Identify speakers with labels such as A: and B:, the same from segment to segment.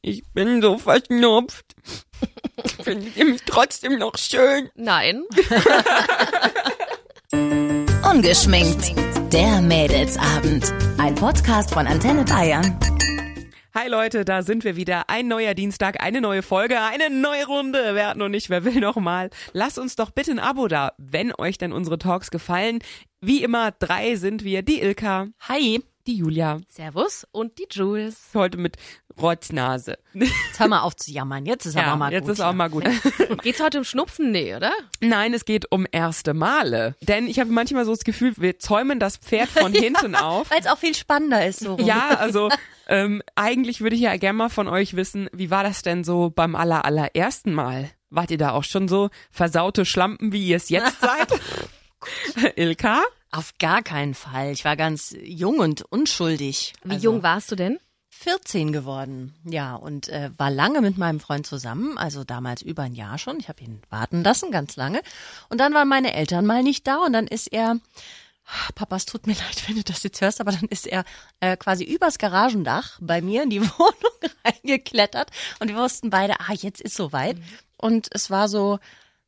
A: Ich bin so verschnupft. Findet ihr mich trotzdem noch schön?
B: Nein.
C: Ungeschminkt. Der Mädelsabend. Ein Podcast von Antenne Bayern.
A: Hi Leute, da sind wir wieder. Ein neuer Dienstag, eine neue Folge, eine neue Runde. Wer hat noch nicht, wer will noch mal? Lasst uns doch bitte ein Abo da, wenn euch denn unsere Talks gefallen. Wie immer, drei sind wir. Die Ilka,
B: Hi.
A: die Julia,
B: Servus und die Jules.
A: heute mit Rotznase.
D: Jetzt hör mal auf zu jammern. Jetzt ist aber mal
A: jetzt
D: gut.
A: ist auch mal gut.
B: Geht's heute um Schnupfen? Nee, oder?
A: Nein, es geht um erste Male. Denn ich habe manchmal so das Gefühl, wir zäumen das Pferd von hinten auf.
D: Weil es auch viel spannender ist so rum.
A: Ja, also ähm, eigentlich würde ich ja gerne mal von euch wissen, wie war das denn so beim aller allerersten Mal? Wart ihr da auch schon so versaute Schlampen, wie ihr es jetzt seid? Ilka?
D: Auf gar keinen Fall. Ich war ganz jung und unschuldig.
B: Wie jung warst du denn?
D: 14 geworden. Ja, und äh, war lange mit meinem Freund zusammen, also damals über ein Jahr schon. Ich habe ihn warten lassen, ganz lange. Und dann waren meine Eltern mal nicht da und dann ist er, Papa, es tut mir leid, wenn du das jetzt hörst, aber dann ist er äh, quasi übers Garagendach bei mir in die Wohnung reingeklettert und wir wussten beide, ah, jetzt ist soweit. Und es war so,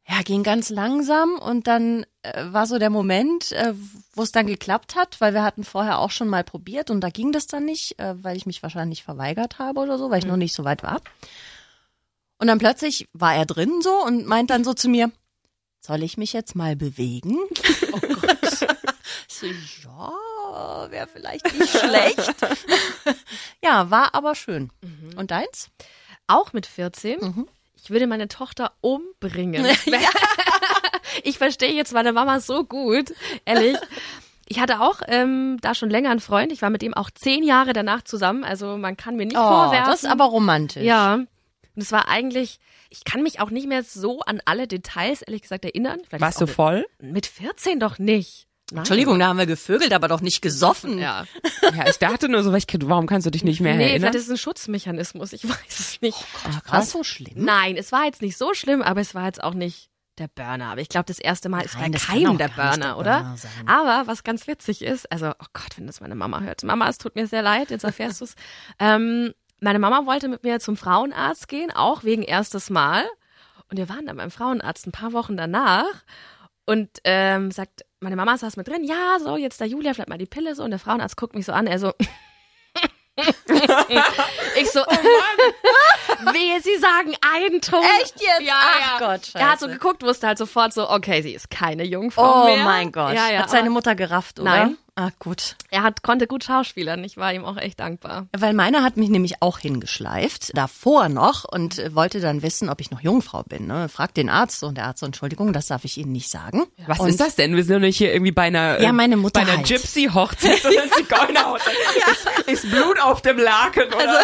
D: ja, ging ganz langsam und dann äh, war so der Moment, äh, wo es dann geklappt hat, weil wir hatten vorher auch schon mal probiert und da ging das dann nicht, äh, weil ich mich wahrscheinlich verweigert habe oder so, weil ich noch nicht so weit war. Und dann plötzlich war er drin so und meint dann so zu mir, soll ich mich jetzt mal bewegen? Oh Gott. Ich so, ja, wäre vielleicht nicht schlecht. ja, war aber schön.
B: Mhm.
D: Und deins?
B: Auch mit 14?
D: Mhm.
B: Ich würde meine Tochter umbringen. Ich verstehe jetzt meine Mama so gut, ehrlich. Ich hatte auch ähm, da schon länger einen Freund. Ich war mit ihm auch zehn Jahre danach zusammen. Also man kann mir nicht
D: Oh,
B: vorwerfen.
D: das ist aber romantisch.
B: Ja. Und es war eigentlich, ich kann mich auch nicht mehr so an alle Details, ehrlich gesagt, erinnern. Vielleicht
A: Warst du
B: ist auch
A: voll?
B: mit, mit 14 doch nicht. Nein.
D: Entschuldigung, da haben wir gevögelt, aber doch nicht gesoffen.
B: Ja.
A: Ja, ich dachte nur so, weil ich, warum kannst du dich nicht mehr
B: nee, vielleicht
A: erinnern?
B: ist es ein Schutzmechanismus. Ich weiß es nicht.
D: War so schlimm?
B: Nein, es war jetzt nicht so schlimm, aber es war jetzt auch nicht der Burner. Aber ich glaube, das erste Mal ist
D: Nein,
B: bei
D: das kann
B: keinem
D: auch
B: der
D: gar nicht
B: Burner,
D: der
B: oder?
D: Burner sein.
B: Aber was ganz witzig ist, also, oh Gott, wenn das meine Mama hört. Mama, es tut mir sehr leid, jetzt erfährst du's. Ähm, meine Mama wollte mit mir zum Frauenarzt gehen, auch wegen erstes Mal. Und wir waren dann beim Frauenarzt ein paar Wochen danach und ähm, sagt, meine Mama saß mit drin, ja, so, jetzt da Julia, vielleicht mal die Pille so. Und der Frauenarzt guckt mich so an, er so. ich so,
D: Oh
B: wehe, sie sagen einen Ton.
D: Echt jetzt?
B: Ja,
D: Ach
B: ja.
D: Gott, scheiße.
B: Er hat so geguckt, wusste halt sofort so, okay, sie ist keine Jungfrau
D: Oh
B: mehr.
D: mein Gott.
B: Ja, ja,
D: Hat seine
B: aber
D: Mutter gerafft, oder?
B: Nein.
D: Ah, gut.
B: er hat, konnte gut schauspielern, ich war ihm auch echt dankbar.
D: Weil meiner hat mich nämlich auch hingeschleift, davor noch, und äh, wollte dann wissen, ob ich noch Jungfrau bin. Ne? Fragt den Arzt und der Arzt, so, Entschuldigung, das darf ich Ihnen nicht sagen.
A: Was
D: und
A: ist das denn? Wir sind doch nicht hier irgendwie bei einer,
D: Ja,
A: ähm,
D: meine Mutter
A: bei einer
D: halt.
A: Gypsy-Hochzeit, sondern Zigeunerhochzeit. ist, ist Blut auf dem Laken,
D: Also
A: oder?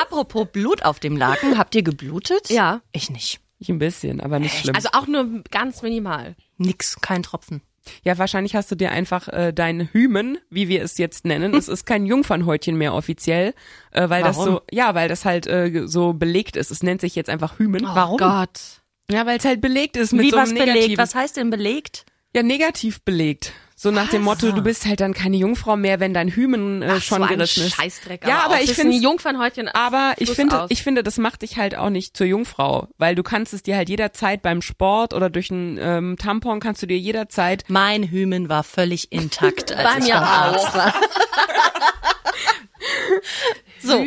D: Apropos Blut auf dem Laken, habt ihr geblutet?
B: Ja.
D: Ich nicht.
A: ich ein bisschen, aber nicht schlimm.
B: Also auch nur ganz minimal.
D: Nix, kein Tropfen.
A: Ja, wahrscheinlich hast du dir einfach äh, dein Hymen, wie wir es jetzt nennen, es ist kein Jungfernhäutchen mehr offiziell, äh, weil das
D: Warum?
A: so, ja, weil das halt äh, so belegt ist. Es nennt sich jetzt einfach Hymen.
B: Oh Gott.
A: Ja, weil es halt belegt ist mit
D: Wie
A: so einem
D: was
A: negativen,
D: belegt? Was heißt denn belegt?
A: ja negativ belegt. So nach dem Motto, du bist halt dann keine Jungfrau mehr, wenn dein Hymen äh,
B: Ach,
A: schon
B: so ein
A: gerissen ist.
B: Scheißdreck.
A: Ja, aber
B: auch.
A: ich
B: Das ist
A: find's-
B: ein Jungfernhäutchen.
A: Aber ich
B: Schluss
A: finde,
B: aus.
A: ich finde, das macht dich halt auch nicht zur Jungfrau, weil du kannst es dir halt jederzeit beim Sport oder durch einen ähm, Tampon kannst du dir jederzeit
D: Mein Hymen war völlig intakt, als
B: Bei
D: ich
B: mir
D: beim Arzt
B: auch.
D: war. so.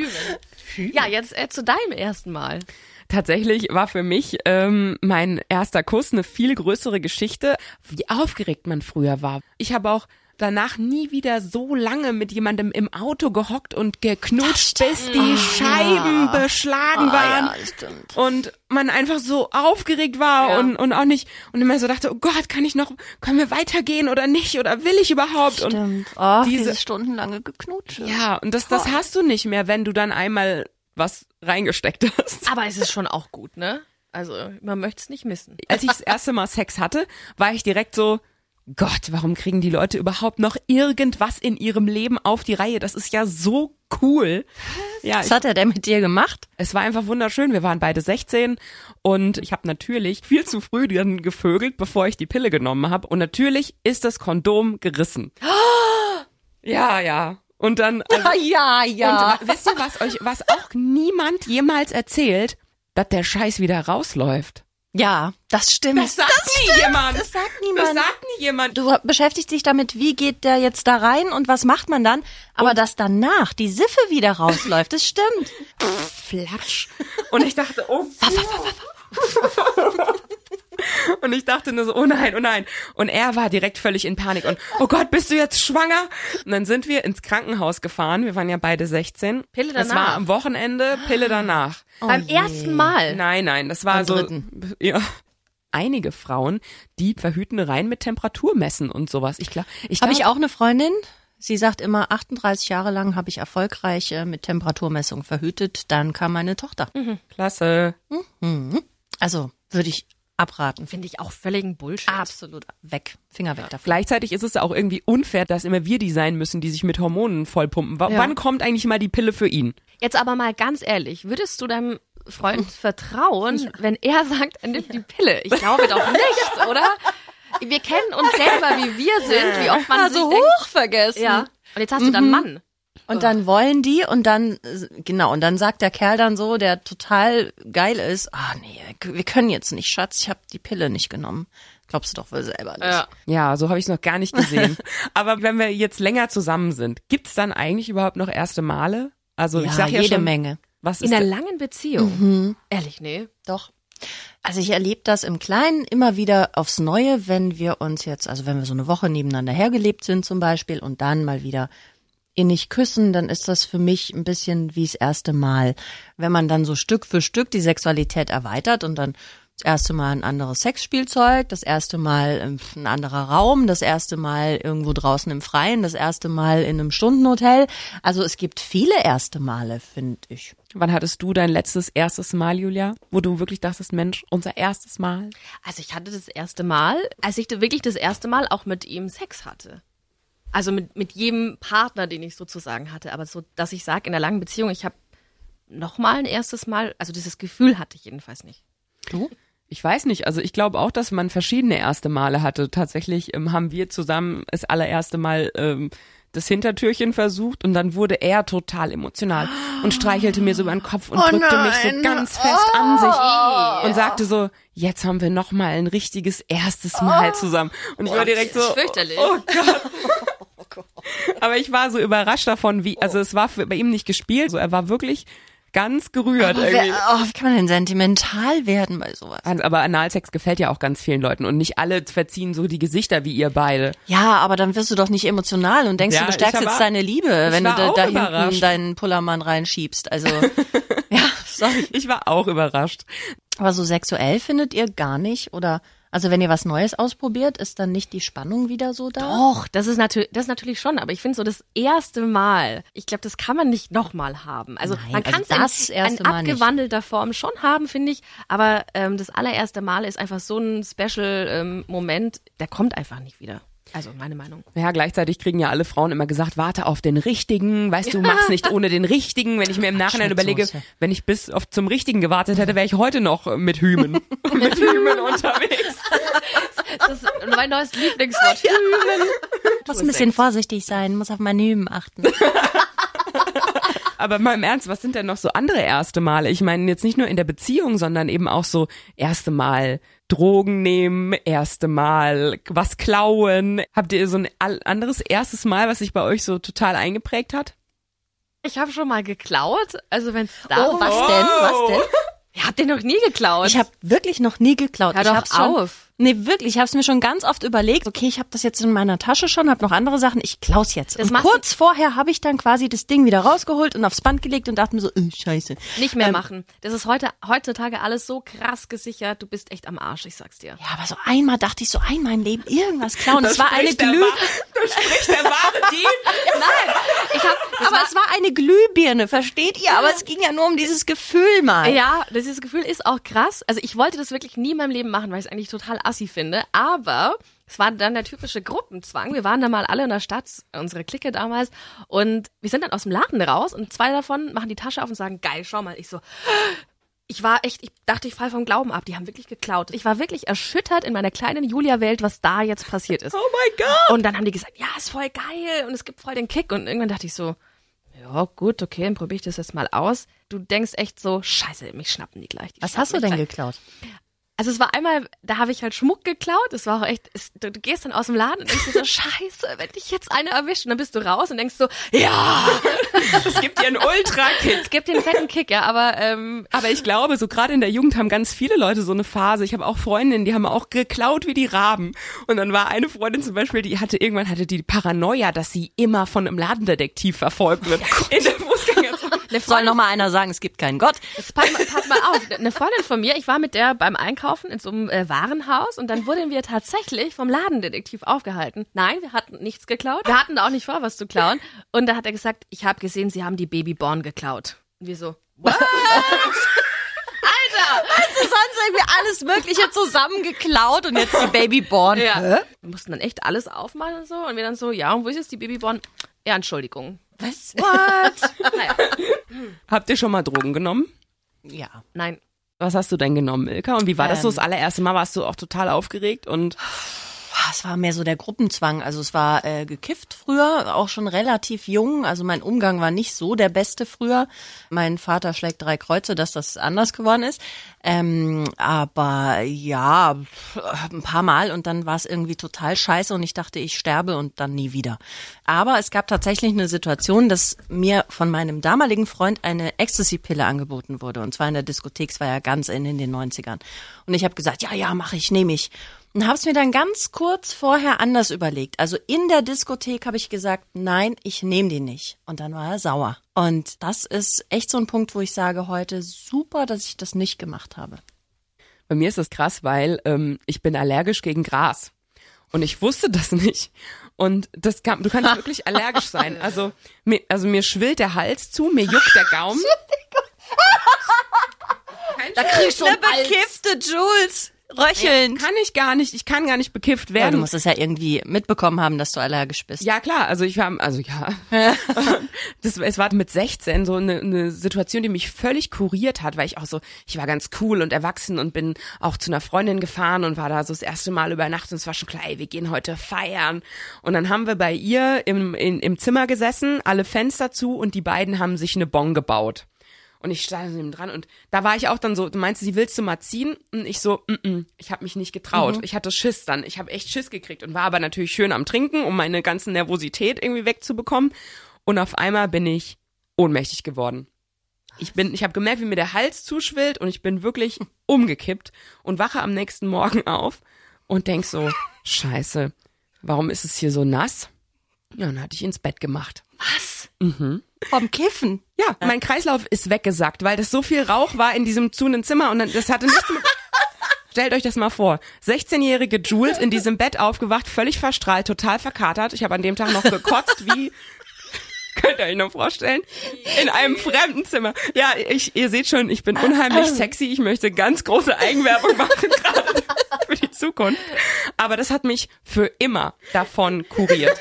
B: Ja, jetzt äh, zu deinem ersten Mal.
A: Tatsächlich war für mich ähm, mein erster Kuss eine viel größere Geschichte, wie aufgeregt man früher war. Ich habe auch danach nie wieder so lange mit jemandem im Auto gehockt und geknutscht, bis die Scheiben beschlagen waren.
D: Ah. das stimmt.
A: Und man einfach so aufgeregt war
B: Ja.
A: und, und auch nicht und immer so dachte, oh Gott, kann ich noch, können wir weitergehen oder nicht oder will ich überhaupt? Und
D: Stimmt. Oh,
A: diese-
D: diese, stundenlange Geknutsche.
A: ja, und das, das hast du nicht mehr, wenn du dann einmal was reingesteckt hast.
B: Aber es ist schon auch gut, ne? Also, man möchte es nicht missen.
A: als ich das erste Mal Sex hatte, war ich direkt so, Gott, warum kriegen die Leute überhaupt noch irgendwas in ihrem Leben auf die Reihe? Das ist ja so cool. Ja, ich,
D: Was hat er denn mit dir gemacht?
A: es war einfach wunderschön. Wir waren beide 16 und ich habe natürlich viel zu früh dann gevögelt, bevor ich die Pille
D: Oh!
A: genommen habe. Und natürlich ist das Kondom gerissen. Ja, ja. Und dann, also,
D: ja, ja.
A: und wisst ihr, was euch, was auch niemand jemals erzählt, dass der Scheiß wieder rausläuft.
D: ja, das stimmt.
A: Das sagt nie jemand.
D: Das sagt
A: Das
D: niemand.
A: sagt nie jemand.
D: du beschäftigst dich damit, wie geht der jetzt da rein und was macht man dann? Aber dass danach die Siffe wieder rausläuft, das stimmt.
A: Flatsch. Und ich dachte, oh. Und ich dachte nur so, oh nein, oh nein. Und er war direkt völlig in Panik und, oh Gott, bist du jetzt schwanger? Und dann sind wir ins Krankenhaus gefahren. Wir waren ja beide 16.
B: Pille
A: Das
B: danach.
A: war am Wochenende, Pille danach.
B: Beim ersten Mal.
A: Nein, nein, das war so.
D: dritten.
A: Ja. Einige Frauen, die verhüten rein mit Temperaturmessen und sowas. Ich glaube, ich, glaub,
D: Habe ich auch eine Freundin. Sie sagt immer, 38 Jahre lang habe ich erfolgreich äh, mit Temperaturmessung verhütet. Dann kam meine Tochter.
A: klasse.
D: Also würde ich abraten.
B: Finde ich auch völligen Bullshit.
D: Absolut weg. Finger weg davon.
A: Gleichzeitig ist es auch irgendwie unfair, dass immer wir die sein müssen, die sich mit Hormonen vollpumpen. W Wann kommt eigentlich mal die Pille für ihn?
B: Jetzt aber mal ganz ehrlich, würdest du deinem Freund vertrauen, wenn er sagt, er nimmt die Pille? Ich glaube doch nicht, oder? Wir kennen uns selber, wie wir sind, wie oft man
D: Also
B: sich
D: hoch vergessen.
B: denkt, ja. Und jetzt hast du dann einen Mann.
D: Und dann wollen die und dann, äh, genau, und dann sagt der Kerl dann so, der total geil ist, ah nee, wir können jetzt nicht, Schatz, ich habe die Pille nicht genommen. Glaubst du doch wohl selber nicht.
B: Ja.
A: Ja, so habe ich es noch gar nicht gesehen. Aber wenn wir jetzt länger zusammen sind, gibt's dann eigentlich überhaupt noch erste Male? Also ich
D: Ja,
A: sag ja
D: jede
A: schon,
D: Menge.
A: Was ist
B: In einer
A: denn-
B: langen Beziehung. Ehrlich, nee.
D: Doch. Also ich erlebe das im Kleinen immer wieder aufs Neue, wenn wir uns jetzt, also wenn wir so eine Woche nebeneinander hergelebt sind zum Beispiel und dann mal wieder innig küssen, dann ist das für mich ein bisschen wie das erste Mal. Wenn man dann so Stück für Stück die Sexualität erweitert und dann das erste Mal ein anderes Sexspielzeug, das erste Mal ähm, ein anderer Raum, das erste Mal irgendwo draußen im Freien, das erste Mal in einem Stundenhotel. Also es gibt viele erste Male, finde ich.
A: Wann hattest du dein letztes, erstes Mal, Julia? Wo du wirklich dachtest, Mensch, unser erstes Mal?
B: Also ich hatte das erste Mal, als ich da wirklich das erste Mal auch mit ihm Sex hatte. Also mit, mit jedem Partner, den ich sozusagen hatte. Aber so, dass ich sage, in der langen Beziehung, ich habe nochmal ein erstes Mal, also dieses Gefühl hatte ich jedenfalls nicht.
A: Ich weiß nicht, also ich glaube auch, dass man verschiedene erste Male hatte. Tatsächlich ähm, haben wir zusammen das allererste Mal ähm, das Hintertürchen versucht und dann wurde er total emotional und streichelte mir so über den Kopf und drückte mich so ganz fest an sich und sagte so, jetzt haben wir noch mal ein richtiges erstes Mal zusammen. Und ich war direkt so,
B: das ist fürchterlich.
A: oh Gott. Aber ich war so überrascht davon, wie, also es war für, bei ihm nicht gespielt, so er war wirklich ganz gerührt irgendwie.
D: Wer, oh, wie kann man denn sentimental werden bei sowas?
A: Hans, aber Analsex gefällt ja auch ganz vielen Leuten und nicht alle verziehen so die Gesichter wie ihr beide.
D: Ja, aber dann wirst du doch nicht emotional und denkst,
A: Ja,
D: du bestärkst
A: ich war-
D: jetzt deine Liebe, wenn du
A: war
D: da,
A: auch
D: da hinten
A: überrascht.
D: deinen Pullermann reinschiebst. Also, ja, sorry.
A: Ich war auch überrascht.
D: Aber so sexuell findet ihr gar nicht oder, also wenn ihr was Neues ausprobiert, ist dann nicht die Spannung wieder so da?
B: Och, das ist natürlich, das natürlich schon, aber ich finde so das erste Mal, ich glaube, das kann man nicht nochmal haben. Also
D: Nein,
B: man
D: also
B: kann es
D: das
B: in,
D: erste
B: in
D: Mal nicht.
B: abgewandelter Form schon haben, finde ich, aber ähm, das allererste Mal ist einfach so ein Special-Moment, der kommt einfach nicht wieder. Also meine Meinung.
A: Ja, gleichzeitig kriegen ja alle Frauen immer gesagt, warte auf den Richtigen, weißt du, mach's nicht ohne den Richtigen. Wenn ich mir im Nachhinein überlege,
D: Schnittsoße.
A: wenn ich bis auf zum Richtigen gewartet hätte, wäre ich heute noch äh, mit Hymen, mit Hymen unterwegs.
B: Das ist mein neues Lieblingswort.
D: muss ein bisschen vorsichtig sein, muss auf meine Hüben achten.
A: Aber mal im Ernst, was sind denn noch so andere erste Male? Ich meine jetzt nicht nur in der Beziehung, sondern eben auch so erste Mal Drogen nehmen, erste Mal was klauen. Habt ihr so ein all- anderes erstes Mal, was sich bei euch so total eingeprägt hat?
B: Ich habe schon mal geklaut, also wenn es da
D: Oh, was denn? Was denn?
B: Ihr habt den noch nie geklaut.
D: Ich habe wirklich noch nie geklaut.
B: Hör
D: ich
B: doch
D: hab's schon,
B: auf.
D: Nee, wirklich, ich habe es mir schon ganz oft überlegt. Okay, ich habe das jetzt in meiner Tasche schon, habe noch andere Sachen, ich klaus jetzt.
B: Das
D: und
B: machst du-
D: kurz vorher habe ich dann quasi das Ding wieder rausgeholt und aufs Band gelegt und dachte mir so, äh, scheiße.
B: nicht mehr machen. Das ist heute heutzutage alles so krass gesichert. Du bist echt am Arsch, ich sag's dir.
D: Ja, aber so einmal dachte ich so, einmal im Leben irgendwas klauen. Das,
A: Da
D: war eine
A: spricht der
D: Glüh...
A: Wa- Da spricht der wahre Dean.
B: Nein, ich hab, das
D: Aber es war eine Glühbirne, versteht ihr? Aber es ging ja nur um dieses Gefühl mal.
B: Ja, das- dieses Gefühl ist auch krass. Also ich wollte das wirklich nie in meinem Leben machen, weil ich es eigentlich total assi finde. Aber es war dann der typische Gruppenzwang. Wir waren da mal alle in der Stadt, unsere Clique damals. Und wir sind dann aus dem Laden raus und zwei davon machen die Tasche auf und sagen, geil, schau mal. Ich so, ich war echt, ich dachte, ich falle vom Glauben ab. Die haben wirklich geklaut. Ich war wirklich erschüttert in meiner kleinen Julia-Welt, was da jetzt passiert ist.
A: Oh mein Gott!
B: Und dann haben die gesagt, ja, ist voll geil und es gibt voll den Kick. Und irgendwann dachte ich so, ja, gut, okay, dann probiere ich das jetzt mal aus. Du denkst echt so, scheiße, mich schnappen die gleich. Die
D: Was
B: schnappen
D: hast du
B: mich
D: denn
B: gleich.
D: geklaut?
B: Also es war einmal, da habe ich halt Schmuck geklaut. Es war auch echt, es, du, du gehst dann aus dem Laden und denkst dir so, scheiße, wenn dich jetzt einer erwischt. Und dann bist du raus und denkst so, ja,
A: Es gibt dir einen Ultra-Kick.
B: es gibt den fetten Kick, ja, aber ähm,
A: Aber ich glaube, so gerade in der Jugend haben ganz viele Leute so eine Phase. Ich habe auch Freundinnen, die haben auch geklaut wie die Raben. Und dann war eine Freundin zum Beispiel, die hatte irgendwann hatte die Paranoia, dass sie immer von einem Ladendetektiv verfolgt wird. in der Fußgängerzone.
D: Soll noch mal einer sagen, es gibt keinen Gott.
B: Jetzt pass, mal- pass mal auf, eine Freundin von mir, ich war mit der beim Einkaufen in so einem äh, Warenhaus und dann wurden wir tatsächlich vom Ladendetektiv aufgehalten. Nein, wir hatten nichts geklaut. Wir hatten da auch nicht vor, was zu klauen. Und da hat er gesagt, ich habe gesehen, sie haben die Babyborn geklaut. Und wir so, what? Alter!
D: Sonst irgendwie alles Mögliche zusammengeklaut und jetzt die Babyborn.
B: Ja.
D: Hä?
B: Wir mussten dann echt alles aufmachen und so und wir dann so, ja, und wo ist jetzt die Babyborn? Ja, Entschuldigung.
D: Was?
B: Naja,
A: Habt ihr schon mal Drogen genommen?
D: Ja.
B: nein.
A: Was hast du denn genommen, Ilka? Und wie war das so das allererste Mal? Warst du auch total aufgeregt und
D: Ah, Es war mehr so der Gruppenzwang. Also es war äh, gekifft früher, auch schon relativ jung. Also mein Umgang war nicht so der beste früher. Mein Vater schlägt drei Kreuze, dass das anders geworden ist. Ähm, aber ja, pf, ein paar Mal und dann war es irgendwie total scheiße und ich dachte, ich sterbe und dann nie wieder. Aber es gab tatsächlich eine Situation, dass mir von meinem damaligen Freund eine Ecstasy-Pille angeboten wurde. Und zwar in der Diskothek, es war ja ganz in, in den 90ern. Und ich habe gesagt, ja, ja, mache ich, nehme ich. Und habe es mir dann ganz kurz vorher anders überlegt. Also in der Diskothek habe ich gesagt, nein, ich nehme die nicht. Und dann war er sauer. Und das ist echt so ein Punkt, wo ich sage heute, super, dass ich das nicht gemacht habe.
A: Bei mir ist das krass, weil ähm, ich bin allergisch gegen Gras. Und ich wusste das nicht. Und das kann, du kannst wirklich allergisch sein. Also mir, also mir schwillt der Hals zu, mir juckt der Gaumen.
D: Da kriegst du eine bekiffte Jules. Röcheln.
A: Kann ich gar nicht, ich kann gar nicht bekifft
D: Ja, du
A: werden.
D: musst es ja irgendwie mitbekommen haben, dass du allergisch bist.
A: Ja, klar, also ich war, also ja. das, es war mit 16 so eine, eine Situation, die mich völlig kuriert hat, weil ich auch so, ich war ganz cool und erwachsen und bin auch zu einer Freundin gefahren und war da so das erste Mal über Nacht und es war schon klar, ey, wir gehen heute feiern. Und dann haben wir bei ihr im, in, im Zimmer gesessen, alle Fenster zu und die beiden haben sich eine Bon gebaut. Und ich stand neben dran und da war ich auch dann so, du meinst, sie willst du mal ziehen? Und ich so, mm -mm, ich habe mich nicht getraut. Ich hatte Schiss dann. Ich habe echt Schiss gekriegt und war aber natürlich schön am Trinken, um meine ganze Nervosität irgendwie wegzubekommen. Und auf einmal bin ich ohnmächtig geworden. Ich bin, ich habe gemerkt, wie mir der Hals zuschwillt und ich bin wirklich umgekippt und wache am nächsten Morgen auf und denk so, Scheiße, warum ist es hier so nass? Ja, dann hatte ich ins Bett gemacht.
D: Vom Kiffen.
A: Ja, mein Kreislauf ist weggesackt, weil das so viel Rauch war in diesem zunen Zimmer und dann, das hatte nichts mit. Stellt euch das mal vor. 16-jährige Jules in diesem Bett aufgewacht, völlig verstrahlt, total verkatert. Ich habe an dem Tag noch gekotzt, wie könnt ihr euch noch vorstellen? In einem fremden Zimmer. Ja, ich, ihr seht schon, ich bin unheimlich sexy. Ich möchte ganz große Eigenwerbung machen gerade für die Zukunft. Aber das hat mich für immer davon kuriert.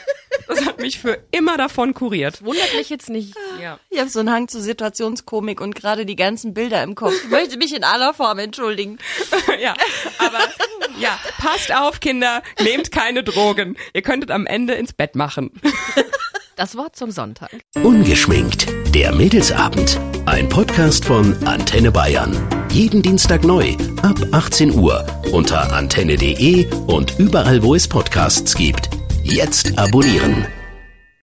A: Das hat mich für immer davon kuriert.
B: Wundert mich jetzt nicht. Ja.
D: Ich habe so einen Hang zu Situationskomik und gerade die ganzen Bilder im Kopf. Ich möchte mich in aller Form entschuldigen.
A: ja, aber ja, passt auf, Kinder, nehmt keine Drogen. Ihr könntet am Ende ins Bett machen.
B: Das Wort zum Sonntag.
E: Ungeschminkt. Der Mädelsabend. Ein Podcast von Antenne Bayern. Jeden Dienstag neu ab 18 Uhr unter antenne.de und überall, wo es Podcasts gibt. Jetzt abonnieren.